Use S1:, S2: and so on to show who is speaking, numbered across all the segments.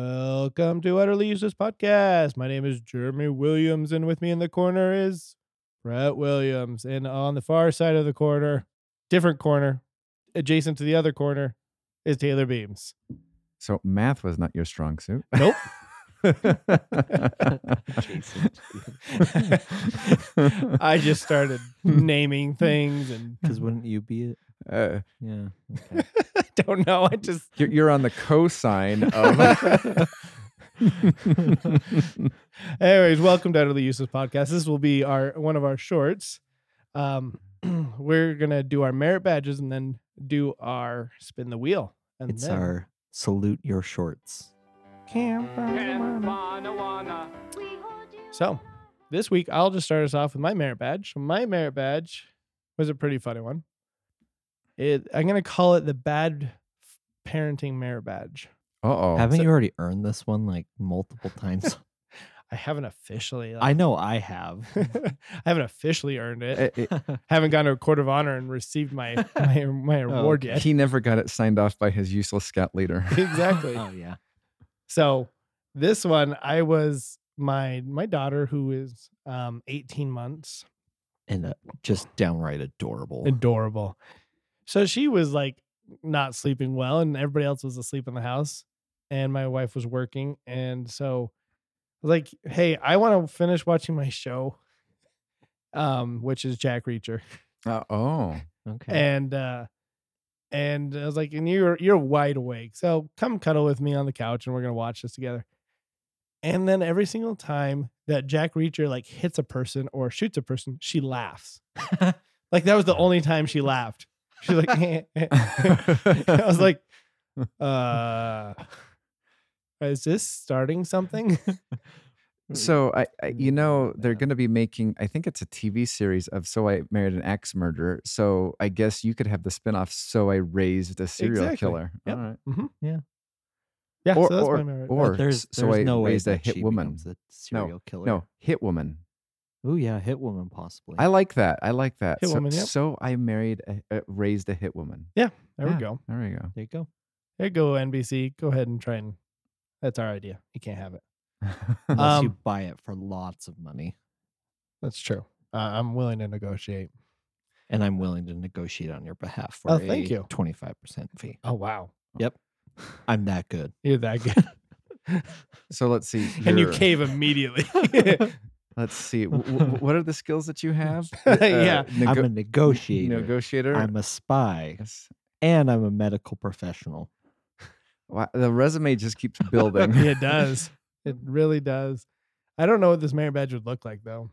S1: Welcome to Utterly Useless Podcast. My name is Jeremy Williams, and with me in the corner is Brett Williams. And on the far side of the corner, different corner, adjacent to the other corner, is Taylor Beams.
S2: So math was not your strong suit.
S1: Nope. I
S2: I
S1: just started naming things and
S3: Because wouldn't you be it?
S2: uh,
S3: Yeah.
S1: don't know. I just
S2: you're, you're on the cosine of.
S1: Anyways, welcome to Utterly Useless Podcast. This will be our one of our shorts. Um, we're gonna do our merit badges and then do our spin the wheel. And
S3: It's
S1: then
S3: our salute your shorts.
S1: So this week I'll just start us off with my merit badge. My merit badge was a pretty funny one. It I'm gonna call it the bad parenting merit badge.
S2: Uh oh.
S3: Haven't
S1: so-
S3: you already earned this one like multiple times?
S1: I haven't officially.
S3: I
S1: Like,
S3: know I have.
S1: I haven't officially earned it.
S2: Uh,
S1: haven't gone to a court of honor and received my my, my
S3: Oh,
S1: award
S3: okay.
S1: yet.
S2: He never got it signed off by his useless scout leader.
S1: exactly.
S3: oh yeah.
S1: So this one, I was my my daughter who is um 18 months,
S3: And uh, just downright adorable.
S1: adorable. So she was like not sleeping well, and everybody else was asleep in the house, and my wife was working, and so like, hey, I want to finish watching my show, um, which is Jack Reacher.
S2: Uh oh.
S3: okay.
S1: and uh and I was like, and you're you're wide awake, so come cuddle with me on the couch, and we're gonna watch this together. And then every single time that Jack Reacher like hits a person or shoots a person, she laughs. like that was the only time she laughed. She's like, I was like, uh, is this starting something?
S2: So I, I you
S3: Mm,
S2: know, they're
S3: yeah.
S2: going to be making. I think it's a TV series of "So I Married an Axe Murderer." So I guess you could have the spinoff "So I Raised a Serial
S1: Exactly.
S2: Killer."
S1: Yep.
S2: All right.
S1: Yeah,
S2: Or
S1: so that's
S2: or
S1: my memory.
S2: or
S3: there's,
S2: so
S3: there's
S2: I
S3: no way
S2: raised a
S3: that
S2: hit
S3: she
S2: woman.
S3: becomes a serial killer.
S2: No, hit woman.
S3: Oh yeah, hit woman possibly.
S2: I like that. I like that.
S1: Hit
S2: so,
S1: woman, yep.
S2: so I married, a, uh, raised a hit woman.
S1: there
S2: yeah.
S1: we go.
S2: There you go.
S3: there you go.
S1: There you go, NBC. Go ahead and try and. That's our idea. You can't have it.
S3: Unless
S1: Um,
S3: you buy it for lots of money,
S1: That's true. Uh, I'm willing to negotiate.
S3: and I'm willing to negotiate on your behalf for
S1: Oh, thank you.
S3: twenty five percent fee.
S1: Oh wow,
S3: I'm that good.
S1: you're that good,
S2: so let's see.
S1: and you
S2: your-
S1: cave immediately.
S2: Let's see. W- w- what are the skills that you have?
S1: Yeah.
S2: nego-
S3: I'm a negotiator.
S2: negotiator.
S3: I'm a spy,
S2: Yes.
S3: and I'm a medical professional.
S2: Wow, the resume just keeps building.
S1: it does. It really does. I don't know what this merit badge would look like though.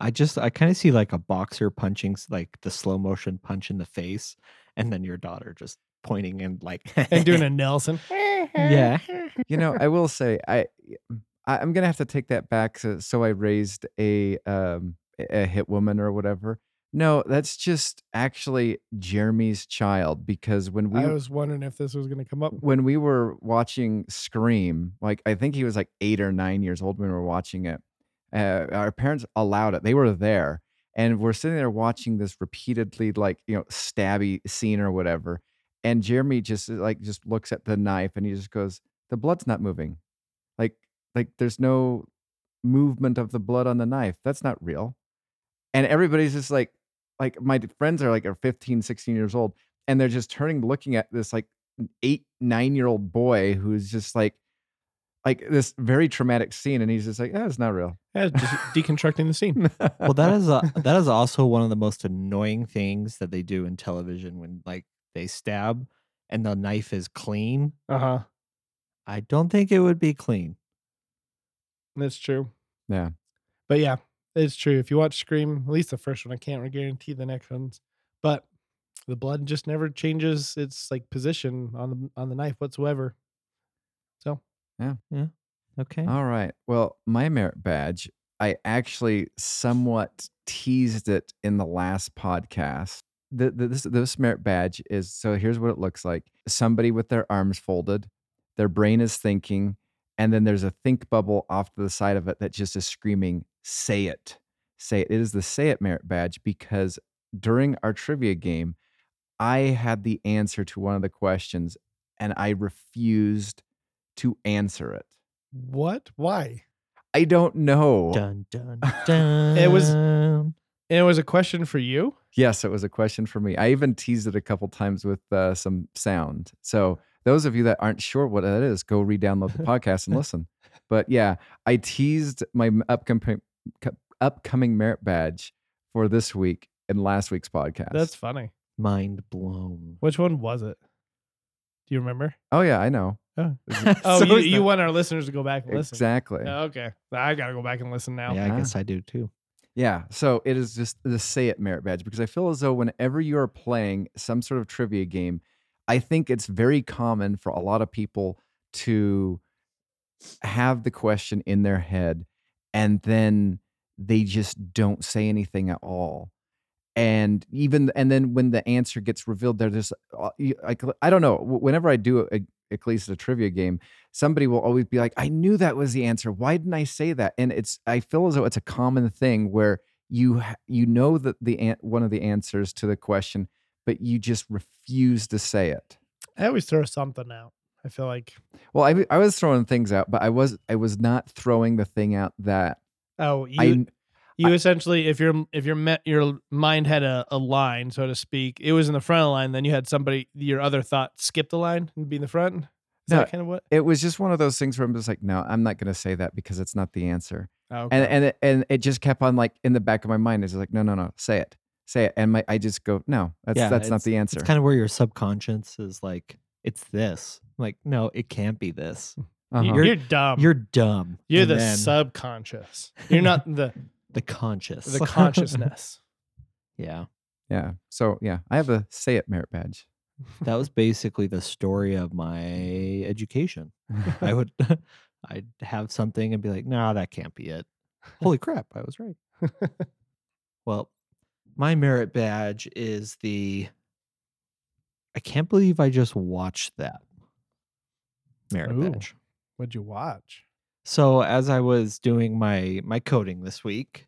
S3: I just I kind of see like a boxer punching s- like the slow motion punch in the face, and then your daughter just pointing and like
S1: And doing a Nelson.
S3: yeah.
S2: you know, I will say, I, I I'm gonna have to take that back. So, so I raised a um a a hit woman or whatever. No, that's just actually Jeremy's child because when we
S1: I was wondering if this was going to come up.
S2: when we were watching Scream, like I think he was like eight or nine years old when we were watching it. Uh, our parents allowed it; they were there, and we're sitting there watching this repeatedly, like you know, stabby scene or whatever. And Jeremy just is, like just looks at the knife and he just goes, "The blood's not moving, like like there's no movement of the blood on the knife. That's not real." And everybody's just like, like my friends are like are 15, 16 years old, and they're just turning, looking at this like eight nine year old boy who's just like like this very traumatic scene and he's just like that's not real
S1: Yeah, just deconstructing the scene.
S3: Well, that is a, that is also one of the most annoying things that they do in television when like they stab and the knife is clean.
S1: Uh huh.
S3: I don't think it would be clean.
S1: That's true.
S2: Yeah.
S1: But yeah, it's true. If you watch Scream, at least the first one, I can't guarantee the next ones, but the blood just never changes its like position on the on the knife whatsoever. So
S3: Okay.
S1: Oh,
S2: all right well my merit badge i actually somewhat teased it in the last podcast the, the, this, this merit badge is so here's what it looks like somebody with their arms folded their brain is thinking and then there's a think bubble off to the side of it that just is screaming say it say it it is the say it merit badge because during our trivia game i had the answer to one of the questions and i refused to answer it
S1: What? Why?
S2: I don't know.
S3: Dun dun dun.
S1: It was- And it was a question for you.
S2: Yes, it was a question for me. I even teased it a couple times with uh, some sound. So those of you that aren't sure what that is, go re-download the podcast and listen. But yeah, I teased my m- upcoming co- upcoming merit badge for this week and last week's podcast.
S1: That's funny.
S3: mind blown.
S1: Which one was it? Do you remember?
S2: oh yeah, I know
S1: Oh,
S3: So
S1: you,
S3: is
S1: you
S3: that-
S1: want our listeners to go back and listen.
S2: exactly.
S1: Oh, okay. I got to go back and listen now.
S3: Yeah, I
S2: Ah.
S3: guess I do too.
S2: Yeah. So it is just the say it merit badge because I feel as though whenever you are playing some sort of trivia game, I think it's very common for a lot of people to have the question in their head and then they just don't say anything at all. And even and then when the answer gets revealed, they're just uh, you- like I don't know. wh- Whenever I do a, at least a trivia game, somebody will always be like, I knew that was the answer. Why didn't I say that? And it's, I feel as though it's a common thing where you, ha- you know that the, an- one of the answers to the question, but you just refuse to say it.
S1: I always throw something out. I feel like,
S2: Well, I, I was throwing things out, but I was, I was not throwing the thing out that
S1: oh, you,
S2: I,
S1: you essentially, if your if your me, your mind had a, a line, so to speak, it was in the front of the line. Then you had somebody, your other thought, skip the line and be in the front. Is
S2: No.
S1: that kind of what?
S2: it was just one of those things where I'm just like, no, I'm not going to say that because it's not the answer.
S1: Oh,
S2: and
S1: okay.
S2: and it, and it just kept on like in the back of my mind. It's like, no, no, no, say it, say it. And my, I just go, no, that's,
S3: Yeah,
S2: that's not the answer.
S3: It's kind of where your subconscious is like, it's this. like, no, it can't be this.
S2: Uh-huh.
S1: you're, you're dumb.
S3: You're dumb.
S1: Um, You're
S3: And
S1: the
S3: then
S1: subconscious. You're not the
S3: the conscious.
S1: the consciousness.
S3: yeah.
S2: Yeah. So yeah, I have a say it merit badge.
S3: That was basically the story of my education. I would I'd have something and be like, nah, that can't be it. Holy crap, I was right. well, my merit badge is the I can't believe I just watched that merit
S1: Ooh.
S3: badge.
S1: What'd you watch?
S3: So as I was doing my my coding this week,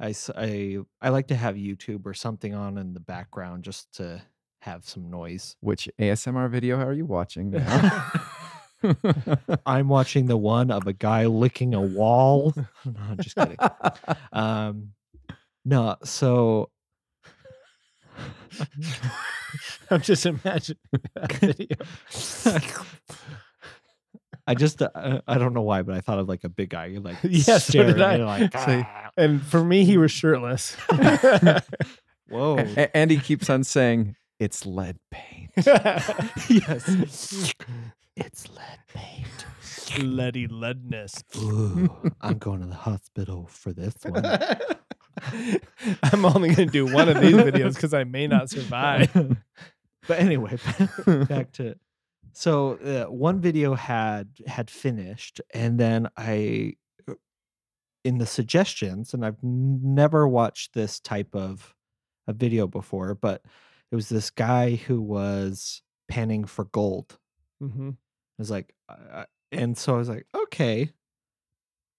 S3: I s- I- I like to have YouTube or something on in the background just to have some noise.
S2: Which ASMR video are you watching now?
S3: I'm watching the one of a guy licking a wall. No, I'm just kidding. Um, no, so
S1: I'm just imagining that video.
S3: I just uh, I don't know why, but I thought of like a big guy. You're like
S1: Yeah, so did
S3: staring,
S1: I.
S3: you're like
S1: So-
S3: "Ah,
S1: and for me, he was shirtless.
S3: whoa,
S2: A- and he keeps on saying it's lead paint.
S3: yes, it's lead paint.
S1: Letty leadness.
S3: Ooh, I'm going to the hospital for this one.
S1: I'm only going to do one of these videos because I may not survive.
S3: but anyway, back to so uh, one video had had finished, and then I uh, in the suggestions, and I've never watched this type of a video before, but it was this guy who was panning for gold. It
S1: Mm-hmm.
S3: was like, uh, and so I was like, okay,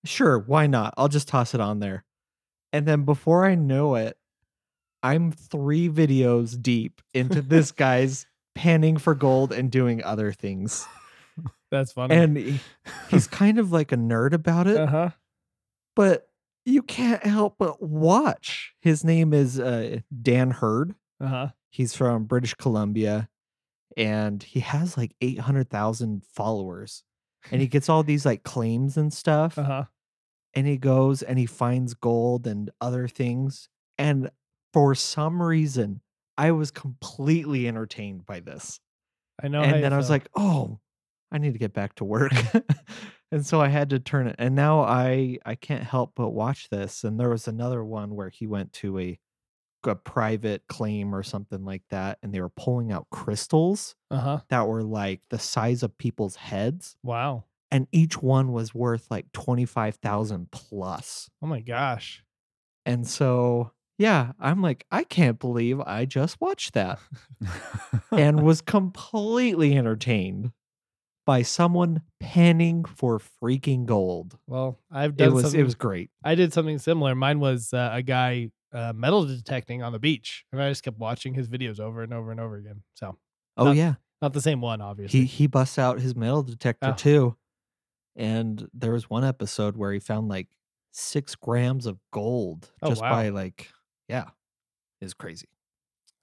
S3: sure, why not? I'll just toss it on there. And then before I know it, I'm three videos deep into this guy's panning for gold and doing other things.
S1: That's funny.
S3: And he- he's kind of like a nerd about it,
S1: uh-huh.
S3: but you can't help but watch. His name is uh, Dan Hurd.
S1: Uh-huh.
S3: He's from British Columbia and he has like 800,000 followers. And he gets all these like claims and stuff
S1: Uh-huh.
S3: and he goes and he finds gold and other things. And for some reason, I was completely entertained by this.
S1: I know. how you
S3: and then I was
S1: feel.
S3: like, oh, I need to get back to work. and so I had to turn it. And now I I can't help but watch this. And there was another one where he went to a a private claim or something like that, and they were pulling out crystals
S1: uh-huh.
S3: that were like the size of people's heads,
S1: Wow.
S3: and each one was worth like twenty five thousand plus.
S1: Oh my gosh.
S3: And so, yeah, I'm like, I can't believe I just watched that and was completely entertained by someone panning for freaking gold.
S1: Well, I've done
S3: It was
S1: something.
S3: it was great.
S1: I did something similar. Mine was uh, a guy uh, metal detecting on the beach, and I just kept watching his videos over and over and over again. So
S3: Oh
S1: Not-
S3: yeah,
S1: not the same one,
S3: he
S1: obviously.
S3: he busts out his metal detector
S1: Oh.
S3: too, And there was one episode where he found like six grams of gold
S1: Oh,
S3: just
S1: wow.
S3: by like, yeah, is crazy.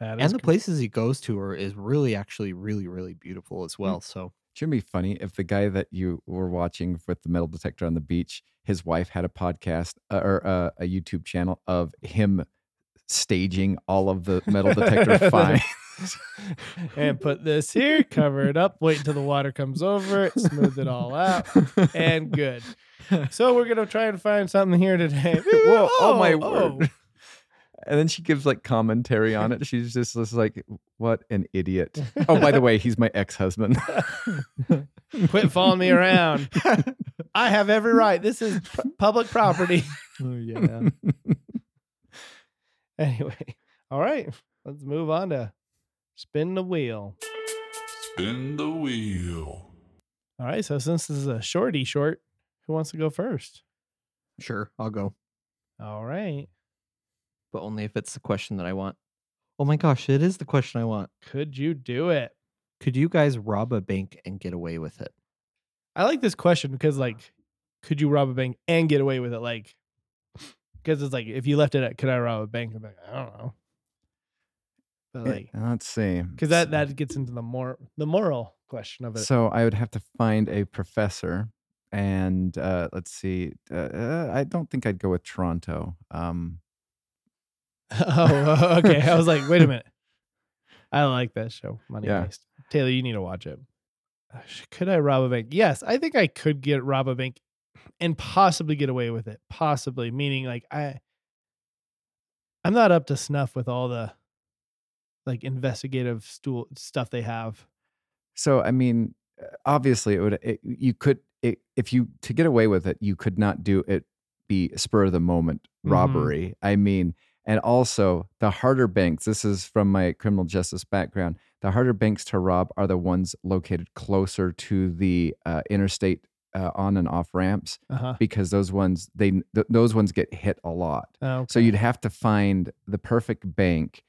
S1: That
S3: and
S1: is
S3: the
S1: crazy.
S3: places he goes to are is really actually really really beautiful
S1: Hmm.
S3: as well. So
S2: Shouldn't it be funny if the guy that you were watching with the metal detector on the beach, his wife had a podcast uh, or uh, a YouTube channel of him staging all of the metal detector finds.
S1: and put this here, cover it up, wait until the water comes over, it, smooth it all out, and good. So we're gonna try and find something here today.
S2: Whoa, oh, my
S1: oh.
S2: word. And then she gives like commentary on it. She's just, just like, what an idiot. Oh, by the way, he's my ex husband.
S1: Quit following me around. I have every right. This is pu- public property.
S3: oh, yeah.
S1: Anyway, all right, let's move on to spin the wheel.
S4: Spin the wheel.
S1: All right, so since this is a shorty short, who wants to go first?
S3: Sure, I'll go.
S1: All right,
S3: But only if it's the question that I want. Oh my gosh, it is the question I want.
S1: could you do it?
S3: Could you guys rob a bank and get away with it?
S1: I like this question because like, could you rob a bank and get away with it? Like, because it's like if you left it at, could I rob a bank? I'm like, I don't know. But like,
S2: Eh, Let's see.
S1: because that that gets into the more the moral question of it.
S2: So I would have to find a professor, and uh, let's see. Uh, Uh, I don't think I'd go with Toronto. Um,
S1: oh, okay. I was like, wait a minute. I like that show, Money
S2: Yeah.
S1: Heist. Taylor, you need to watch it. Uh, sh- Could I rob a bank? Yes, I think I could get rob a bank and possibly get away with it. Possibly, meaning like I, I'm not up to snuff with all the like investigative stool stuff they have.
S2: so I mean, uh, obviously, it would. It, you could, it, if you to get away with it, you could not do it. Be spur of the moment
S1: Mhm.
S2: robbery. I mean, and also the harder banks. This is from my criminal justice background. The harder banks to rob are the ones located closer to the uh, interstate uh, on and off ramps
S1: Uh huh.
S2: because those ones they th- those ones get hit a lot.
S1: Oh,
S2: So you'd have to find the perfect bank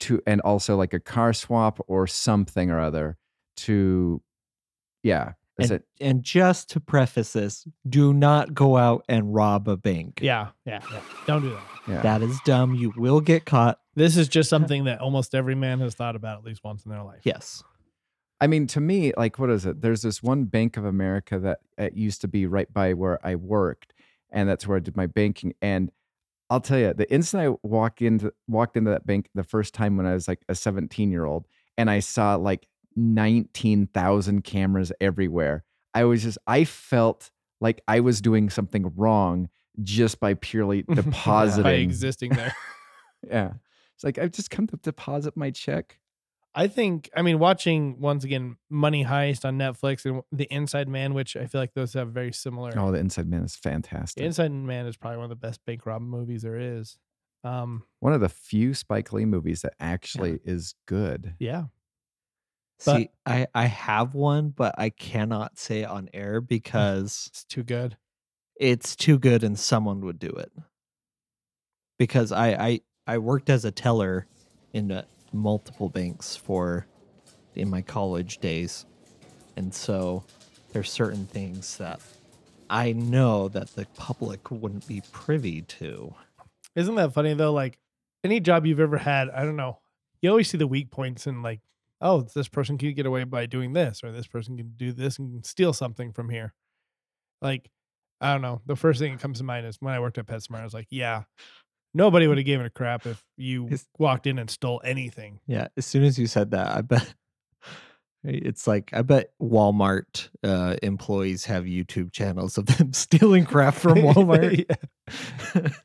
S2: to, and also like a car swap or something or other to, yeah. Is
S3: and,
S2: it?
S3: and just to preface this, do not go out and rob a bank.
S1: yeah, yeah, yeah. Don't do that.
S2: Yeah.
S3: That is dumb. You will get caught.
S1: This is just something that almost every man has thought about at least once in their life.
S3: Yes.
S2: I mean, to me, like, what is it? There's this one Bank of America that it used to be right by where I worked, and that's where I did my banking. And I'll tell you, the instant I walk into walked into that bank the first time when I was like a 17 year old, and I saw like 19,000 cameras everywhere. I was just, I felt like I was doing something wrong just by purely depositing.
S1: by existing there.
S2: Yeah, it's like I've just come to deposit my check.
S1: I think I mean watching once again Money Heist on Netflix and The Inside Man, which I feel like those have very similar.
S2: Oh, the Inside Man is fantastic.
S1: The Inside Man is probably one of the best bank rob movies there is. Um,
S2: one of the few Spike Lee movies that actually is good.
S1: yeah, But-
S3: See, I, I have one, but I cannot say it on air because
S1: it's too good.
S3: it's too good and someone would do it. Because I I, I worked as a teller in uh, multiple banks for in my college days. And so there's certain things that I know that the public wouldn't be privy to.
S1: Isn't that funny though? Like any job you've ever had, I don't know. You always see the weak points and like, oh, this person can get away by doing this, or this person can do this and steal something from here. Like, I don't know. The first thing that comes to mind is when I worked at PetSmart, I was like, yeah, nobody would have given a crap if you
S3: Is-
S1: walked in and stole anything.
S3: Yeah, as soon as you said that, I bet it's like I bet Walmart uh, employees have YouTube channels of them stealing crap from Walmart.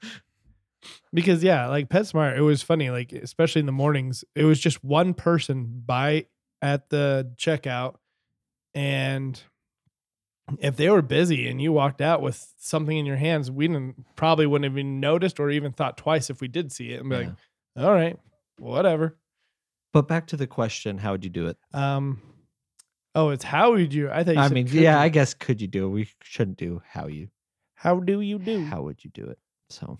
S1: Because yeah, like PetSmart, it was funny. Like especially in the mornings, it was just one person by at the checkout, and if they were busy and you walked out with something in your hands, we didn't probably wouldn't have even noticed or even thought twice if we did see it and be like, "All right, whatever."
S3: But back to the question, how would you do it?
S1: Um, oh, it's how would you? I thought. You
S3: I
S1: said,
S3: mean,
S1: could
S3: yeah, I
S1: you?
S3: guess could you do it? We shouldn't do how you
S1: how do you do?
S3: how would you do it? So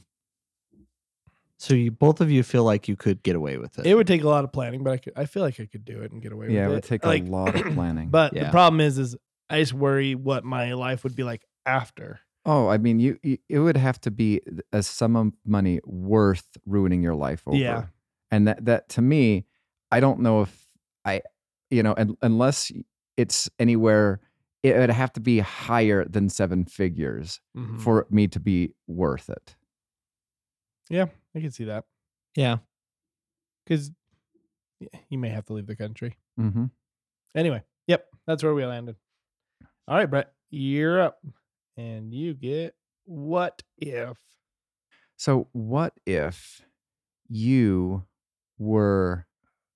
S3: so you both of you feel like you could get away with it.
S1: It would take a lot of planning, but I could. I feel like I could do it and get away
S2: Yeah, it
S1: with it.
S2: would take
S1: Like,
S2: a lot of planning.
S1: But
S3: Yeah.
S1: the problem is, is I just worry what my life would be like after.
S2: Oh, I mean, you, you it would have to be a sum of money worth ruining your life over.
S1: Yeah.
S2: And that that to me, I don't know if I, you know, and, unless it's anywhere, it would have to be higher than seven figures
S3: Mm-hmm.
S1: Mm-hmm.
S2: for me to be worth it.
S1: yeah, I can see that
S3: Yeah.
S1: because you may have to leave the country.
S2: Mm-hmm.
S1: Anyway, yep, that's where we landed. All right, Brett, you're up, and you get what if?
S2: So, what if you were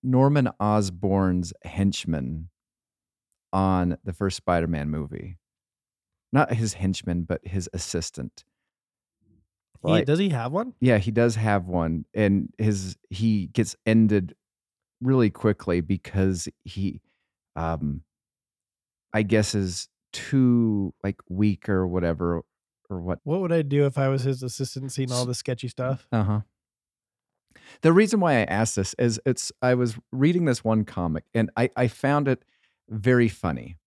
S2: Norman Osborn's henchman on the first Spider Man movie? Not his henchman, but his assistant.
S1: He,
S2: Like-
S1: does he have one?
S2: yeah, he does have one, and his he gets ended really quickly because he, um, I guess is too like weak or whatever or what
S1: What would I do if I was his assistant, seeing all
S2: S-
S1: this sketchy stuff?
S2: Uh huh. The reason why I asked this is it's I was reading this one comic and I I found it very funny.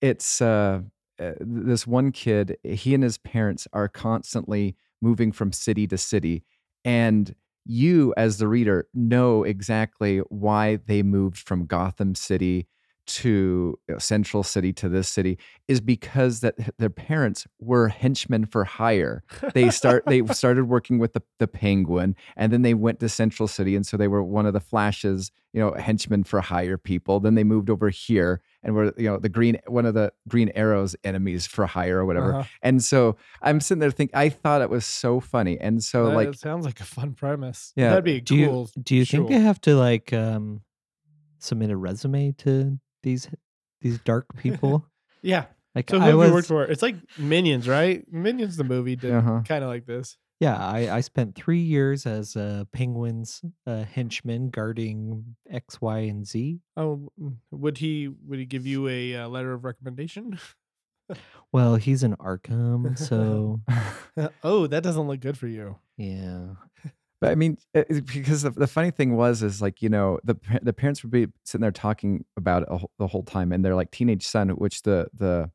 S2: It's uh, uh this one kid. He and his parents are constantly moving from city to city, and you as the reader know exactly why they moved from Gotham City to you know, Central City to this city is because that their parents were henchmen for hire they start they started working with the, the penguin and then they went to central city and so they were one of the flashes you know henchmen for hire people then they moved over here and were you know the green one of the green arrows enemies for hire or whatever
S1: Uh-huh.
S2: and so i'm sitting there thinking i thought it was so funny and so
S1: That
S2: like
S1: sounds like a fun premise.
S2: Yeah.
S1: that'd be a
S3: Do
S1: cool.
S3: you do you think
S1: sure.
S3: I have to like um submit a resume to these these dark people?
S1: yeah.
S3: Like
S1: So who
S3: I
S1: have
S3: was
S1: you worked for? It's like Minions, right? Minions, the movie, did
S2: uh-huh.
S1: kind of like this.
S3: yeah, I, I spent three years as a penguin's uh, henchman guarding X, Y, and Z.
S1: Oh, mm, would he would he give you a uh, letter of recommendation?
S3: Well, he's in Arkham, so
S1: oh, that doesn't look good for you.
S3: yeah.
S2: But I mean, it- it- because the, the funny thing was, is like you know, the pa- the parents would be sitting there talking about it a wh- the whole time, and their like teenage son, which the the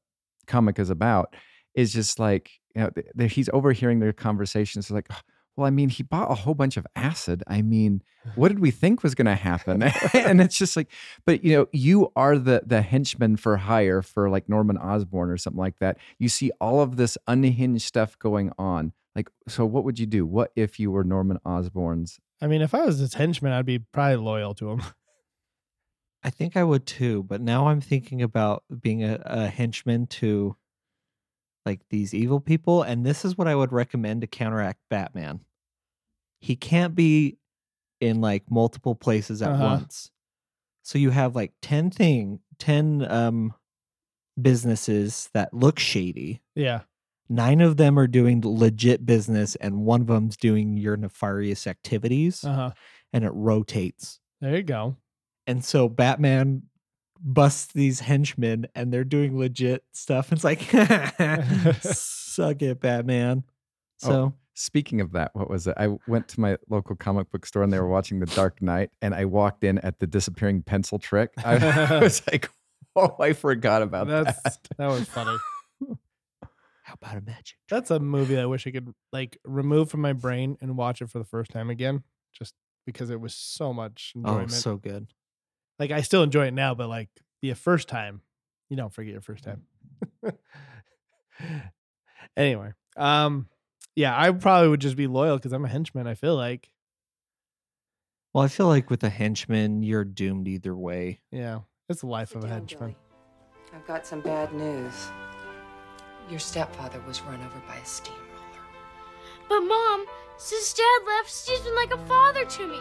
S2: comic is about, is just like you know, th- th- he's overhearing their conversations. Like, "Ugh, well, I mean, he bought a whole bunch of acid. I mean, what did we think was going to happen? and it's just like, but you know, you are the the henchman for hire for like Norman Osborn or something like that. You see all of this unhinged stuff going on. Like, so what would you do? What if you were Norman Osborn's?
S1: I mean, if I was his henchman, I'd be probably loyal to him.
S3: I think I would too, but now I'm thinking about being a, a henchman to like these evil people, and this is what I would recommend to counteract Batman. He can't be in like multiple places at
S1: Uh-huh.
S3: once. So you have like 10 thing, 10 um businesses that look shady.
S1: Yeah.
S3: Nine of them are doing legit business and one of them's doing your nefarious activities
S1: Uh huh.
S3: and it rotates.
S1: There you go.
S3: And so Batman busts these henchmen and they're doing legit stuff. It's like, suck it, Batman.
S2: Oh.
S3: So,
S2: Speaking of that, what was it? I went to my local comic book store and they were watching The Dark Knight, and I walked in at the disappearing pencil trick. I was like, oh, I forgot about
S1: That's
S2: that.
S1: that. was funny.
S3: how about a magic?
S1: That's a movie I wish I could like remove from my brain and watch it for the first time again, just because it was so much
S3: Oh,
S1: enjoyment.
S3: so good.
S1: like I still enjoy it now, but like the first time, you don't forget your first
S3: Mm.
S1: time. anyway, um, yeah, I probably would just be loyal because I'm a henchman. I feel like,
S3: Well, I feel like with a henchman, you're doomed either way.
S1: yeah, it's the life
S5: Sit
S1: of a
S5: down,
S1: henchman.
S5: Billy. I've got some bad news. Your stepfather was run over by a steamroller.
S6: But mom, since dad left, Steve's been like a father to me.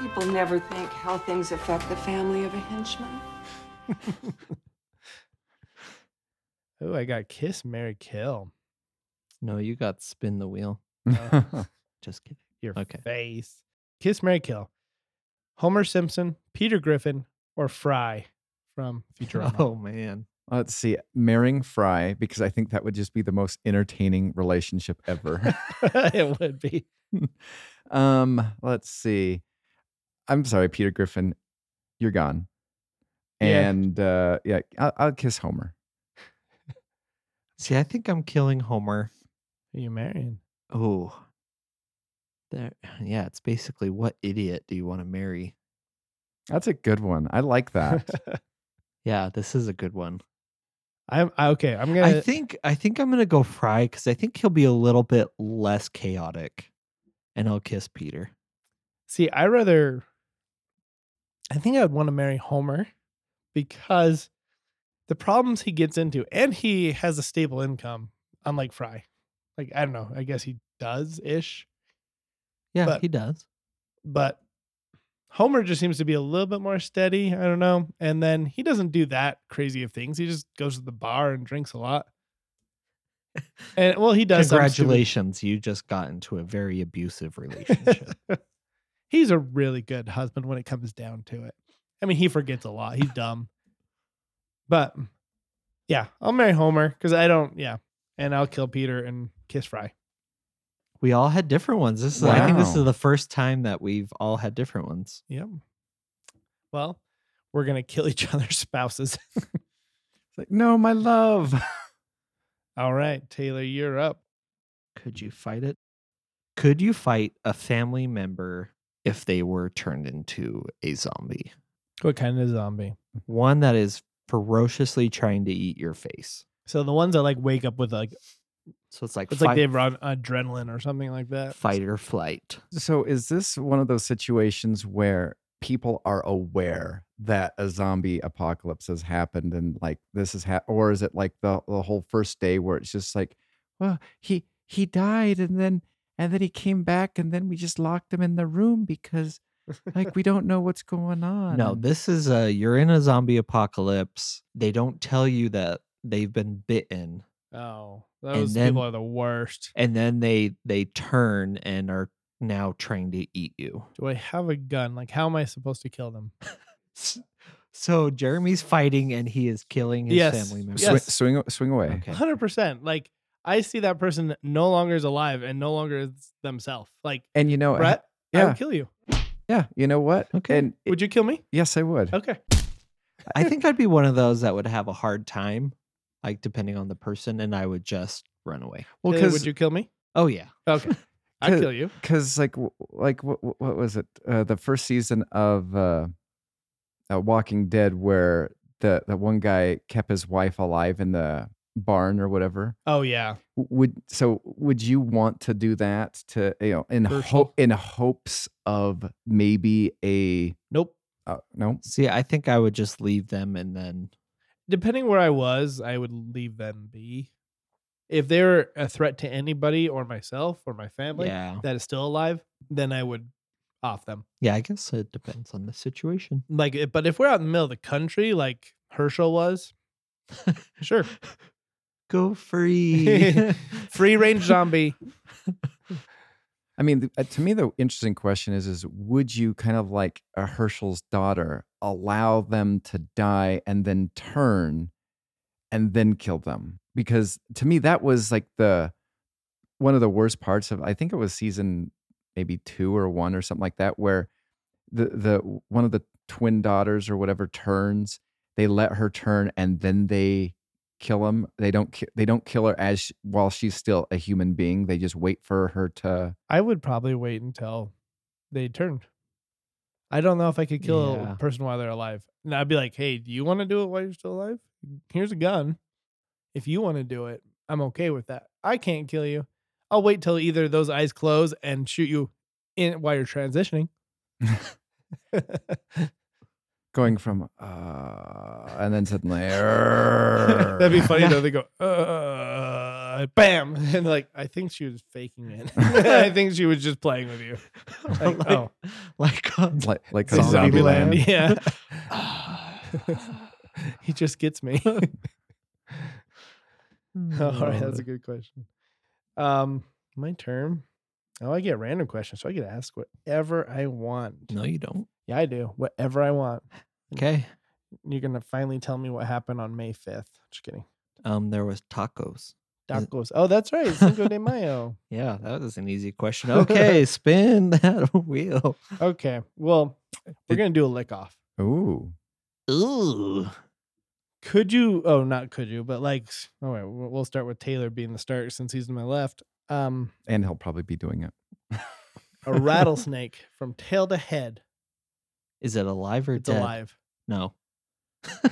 S5: People never think how things affect the family of a henchman.
S1: Oh, I got kiss, Mary kill.
S3: No, you got spin the wheel. Just kidding.
S1: Your
S3: Okay.
S1: face. Kiss, Mary kill. Homer Simpson, Peter Griffin, or Fry from Futurama.
S3: Oh, man.
S2: Let's see, marrying Fry, because I think that would just be the most entertaining relationship ever.
S1: it would be.
S2: um, let's see. I'm sorry, Peter Griffin. you're gone.
S1: Yeah.
S2: And uh, yeah, I'll, I'll kiss Homer.
S3: See, I think I'm killing Homer.
S1: Who you marrying?
S3: Oh. There yeah, it's basically what idiot do you want to marry?
S2: That's a good one. I like that.
S3: Yeah, this is a good one.
S1: I'm I, okay. I'm gonna.
S3: I think I think I'm gonna go Fry because I think he'll be a little bit less chaotic, and I'll kiss Peter.
S1: See, I rather I think I would want to marry Homer because the problems he gets into and he has a stable income, unlike Fry. Like I don't know, I guess he does ish,
S3: Yeah,
S1: But-
S3: he does.
S1: but Homer just seems to be a little bit more steady, I don't know. And then he doesn't do that crazy of things. He just goes to the bar and drinks a lot. And well, he does some stupid-
S3: Congratulations, you just got into a very abusive relationship.
S1: He's a really good husband when it comes down to it. I mean, he forgets a lot. He's dumb. But mm, yeah, I'll marry Homer because I don't, yeah. And I'll kill Peter and kiss Fry.
S3: we all had different ones. This is I think this
S2: Wow.
S3: is the first time that we've all had different ones.
S1: Yep. Well, we're going to kill each other's spouses.
S2: It's like, no, my love.
S1: All right, Taylor, you're up.
S3: Could you fight it? Could you fight a family member if they were turned into a zombie?
S1: What kind of zombie?
S3: One that is ferociously trying to eat your face.
S1: So the ones that like wake up with like,
S3: So it's like
S1: it's
S3: fight-
S1: like they've run adrenaline or something like that.
S3: fight or flight.
S2: So is this one of those situations where people are aware that a zombie apocalypse has happened and like this is ha- or is it like the, the whole first day where it's just like, well, he he died and then and then he came back and then we just locked him in the room because like we don't know what's going on.
S3: No,
S2: and-
S3: this is a you're in a zombie apocalypse. They don't tell you that they've been bitten,
S1: Oh, those
S3: then-
S1: people are the worst.
S3: and then they they turn and are now trying to eat you.
S1: Do I have a gun? Like, how am I supposed to kill them?
S3: S- So Jeremy's fighting and he is killing his
S1: Yes.
S3: family members.
S2: Swi-
S1: Yes.
S2: swing swing away.
S3: Okay.
S1: hundred percent. Like I see that person no longer is alive and no longer is themselves. Like
S2: And you know,
S1: Brett, I
S2: Oh, yeah,
S1: would kill you.
S2: yeah, you know what?
S3: Okay.
S2: And it-
S1: Would you kill me?
S2: yes, I would.
S1: Okay.
S3: I think I'd be one of those that would have a hard time, like depending on the person, and I would just run away.
S2: Well,
S1: Taylor,
S2: because
S1: would you kill me?
S3: Oh yeah.
S1: Okay. I'd
S2: Cause-
S1: kill you.
S2: because like w- like what what what was it uh, the first season of uh, uh Walking Dead where the the one guy kept his wife alive in the barn or whatever
S1: Oh yeah.
S2: W- would so would you want to do that to you know in
S1: Herschel?
S2: hope in hopes of maybe a
S1: Nope.
S2: uh, no
S3: See, I think I would just leave them and then
S1: Depending where I was, I would leave them be. If they're a threat to anybody or myself or my family
S3: yeah.
S1: that is still alive, then I would off them.
S3: Yeah, I guess it depends on the situation.
S1: Like, if- but if we're out in the middle of the country, like Herschel was, sure,
S3: Go free.
S1: free range zombie.
S2: I mean th- uh, to me the interesting question is is would you kind of like a Herschel's daughter allow them to die and then turn and then kill them because to me that was like the one of the worst parts of I think it was season maybe 2 or 1 or something like that where the the one of the twin daughters or whatever turns they let her turn and then they kill him they don't ki- they don't kill her as sh- while she's still a human being they just wait for her to
S1: I would probably wait until they turned. I don't know if I could kill
S3: Yeah.
S1: a person while they're alive. And I'd be like, hey, do you want to do it while you're still alive? Here's a gun. If you want to do it, I'm okay with that. I can't kill you. I'll wait till either those eyes close and shoot you in while you're transitioning.
S2: going from uh and then suddenly
S1: That'd be funny
S3: Yeah.
S1: though. They go, uh, bam, and like I think she was faking it. I think she was just playing with you. Like,
S3: like,
S1: oh.
S3: like, um,
S2: like like
S1: Zombie
S2: zombie
S1: land.
S2: land.
S1: Yeah. he just gets me. All
S3: hmm.
S1: right, that's a good question. Um, my turn. Oh, I get random questions, so I get to ask whatever I want.
S3: No, you don't.
S1: Yeah, I do. Whatever I want.
S3: Okay.
S1: You're gonna finally tell me what happened on May 5th. Just kidding.
S3: Um, there was tacos. Is it-
S1: Tacos. Oh, that's right. Cinco de Mayo.
S3: Yeah, that was an easy question. Okay, spin that wheel.
S1: Okay. Well, we're
S2: Did-
S1: gonna do a lick off.
S2: Ooh.
S3: Ooh.
S1: Could you? Oh, not could you, but like, s- oh wait, we'll we'll start with Taylor being the start since he's to my left. Um,
S2: And he'll probably be doing it.
S1: a rattlesnake from tail to head.
S3: Is it alive or
S1: It's
S3: dead?
S1: alive.
S3: No.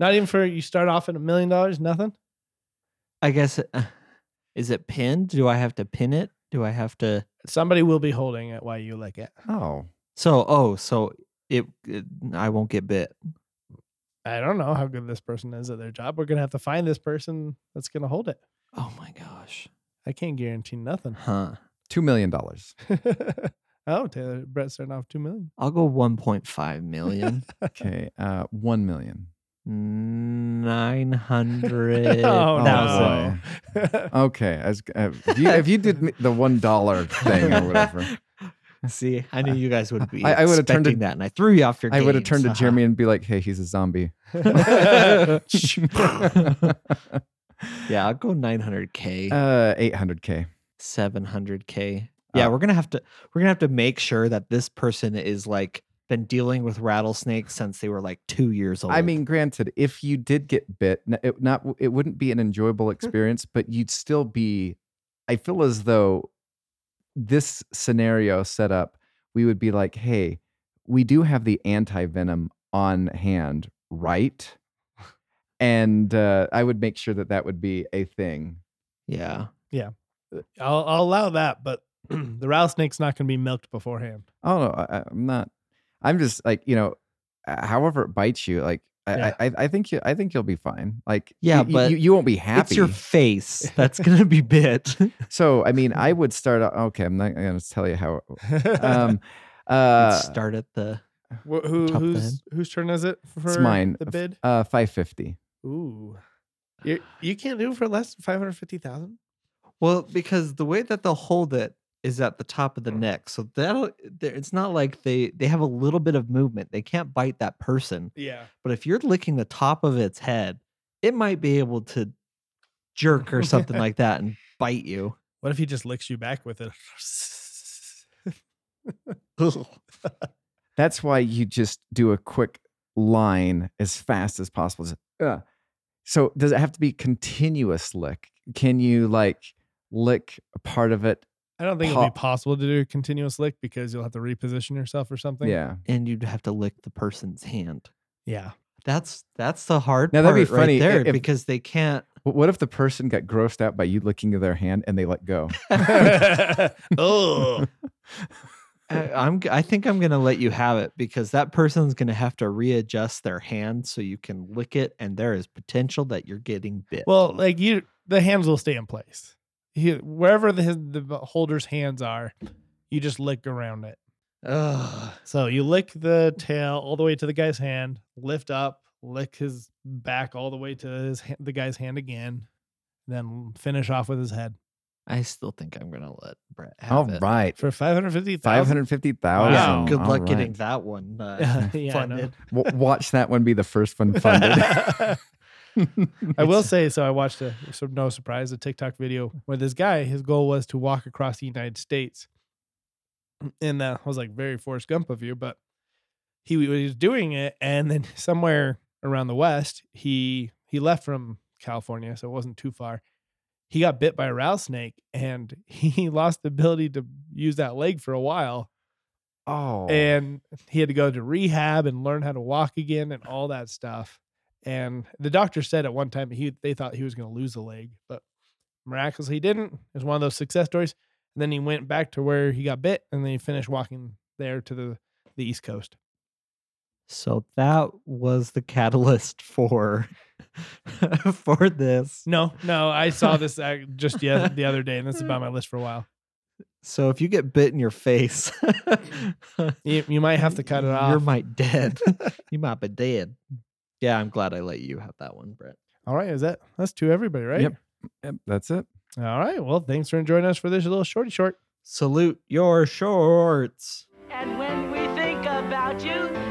S1: Not even for you start off at a million dollars, nothing.
S3: I guess. It, is it pinned? Do I have to pin it? Do I have to?
S1: Somebody will be holding it while you lick it.
S2: Oh.
S3: So oh, so it, it I won't get bit.
S1: I don't know how good this person is at their job. We're gonna have to find this person that's gonna hold it.
S3: Oh my gosh.
S1: I can't guarantee nothing.
S3: Huh.
S2: Two million dollars.
S1: oh, Taylor, Brett starting off two million.
S3: I'll go 1.5 million.
S2: Okay. Uh one million.
S3: 900,000.
S1: Oh,
S2: thousand.
S1: no.
S2: Okay. As uh, if, you, if you did me- the one dollar thing or whatever,
S3: See, I knew you guys would be.
S2: I-
S3: I,
S2: I
S3: would
S2: would've
S3: have
S2: turned
S3: turned
S2: to-
S3: that, and I threw you off your.
S2: I would have
S3: games,
S2: turned to
S3: haha.
S2: Jeremy
S1: uh-huh.
S2: and be like, "Hey, he's a zombie."
S3: Yeah, I'll go 900k,
S2: Uh, eight hundred k.
S3: 700k. Yeah,
S2: uh,
S3: we're gonna have to. We're gonna have to make sure that this person is like been dealing with rattlesnakes since they were like two years old.
S2: I mean, granted, if you did get bit, n- it not it wouldn't be an enjoyable experience, but you'd still be. I feel as though this scenario set up, we would be like, "Hey, we do have the anti venom on hand, right?" And uh, I would make sure that that would be a thing.
S3: yeah.
S1: I'll, I'll allow that, but the rattlesnake's not gonna be milked beforehand.
S2: Oh no, I, I'm not. I'm just like you know, uh, however it bites you, like I,
S1: Yeah.
S2: I, I- I think you, I think you'll be fine. Like
S3: Yeah,
S2: you- you-
S3: but
S2: you, you won't be happy. Uh,
S3: It's your face that's gonna be bit.
S2: So I mean, I would start. o- Okay, I'm not going to tell you how. Um, uh,
S3: start at the.
S1: Wh- who,
S3: top of the
S1: whose whose turn is it for
S2: it's mine.
S1: the
S2: F-
S1: bid?
S2: Uh, five fifty.
S1: Ooh, you you can't do it for less than five hundred fifty thousand.
S3: Well, because the way that they'll hold it is at the top of the neck, so that'll. there- It's not like they they have a little bit of movement. They can't bite that person,
S1: Yeah,
S3: but if you're licking the top of its head, it might be able to jerk or something like that and bite you.
S1: What if he just licks you back with it?
S2: That's why you just do a quick line as fast as possible. Just, uh. So does it have to be continuous lick? Can you like lick a part of it?
S1: I don't think it'll be
S2: Pop.
S1: possible to do a continuous lick because you'll have to reposition yourself or something.
S2: Yeah.
S3: and you'd have to lick the person's hand.
S1: yeah.
S3: That's that's the hard
S2: Now,
S3: part
S2: that'd be funny i-
S3: right there
S2: if-
S3: because they can't.
S2: Wh- What if the person got grossed out by you licking their hand and they let go?
S1: oh,
S2: uh
S3: I, I'm. g- I think I'm gonna let you have it because that person's gonna have to readjust their hand so you can lick it, and there is potential that you're getting bit.
S1: well, like you, the hands will stay in place. He, wherever the, his, the holder's hands are, you just lick around it.
S3: Ugh.
S1: So you lick the tail all the way to the guy's hand, lift up, lick his back all the way to his ha- the guy's hand again, then finish off with his head
S3: I still think I'm gonna let Brett have
S2: All
S3: it.
S2: right.
S1: for five hundred fifty
S2: Five
S1: thousand.
S2: hundred fifty thousand.
S1: Wow.
S3: Good luck getting that one uh,
S1: Yeah, I know.
S3: funded.
S2: W- watch that one be the first one funded.
S1: I will say so. I watched a so no surprise a TikTok video where this guy his goal was to walk across the United States, and that was like very Forrest Gump of you, but he was doing it, and then somewhere around the West, he he left from California, so it wasn't too far. He got bit by a rattlesnake, and he lost the ability to use that leg for a while,
S2: oh.
S1: and he had to go to rehab and learn how to walk again and all that stuff. And the doctor said at one time he they thought he was going to lose a leg, but miraculously he didn't. It was one of those success stories. And then he went back to where he got bit, and then he finished walking there to the the East Coast.
S3: So that was the catalyst for for this.
S1: No, no, I saw this uh, just the, the other day, and this is about my list for a while.
S3: So if you get bit in your face,
S1: You, you might have to cut it
S3: You're
S1: off.
S3: might dead. you might be dead. Yeah, I'm glad I let you have that one, Brett.
S1: All right, is that that's to everybody, right?
S2: Yep. Yep, that's it.
S1: All right. Well, thanks for joining us for this little shorty short.
S3: Salute your shorts.
S7: And when we think about you,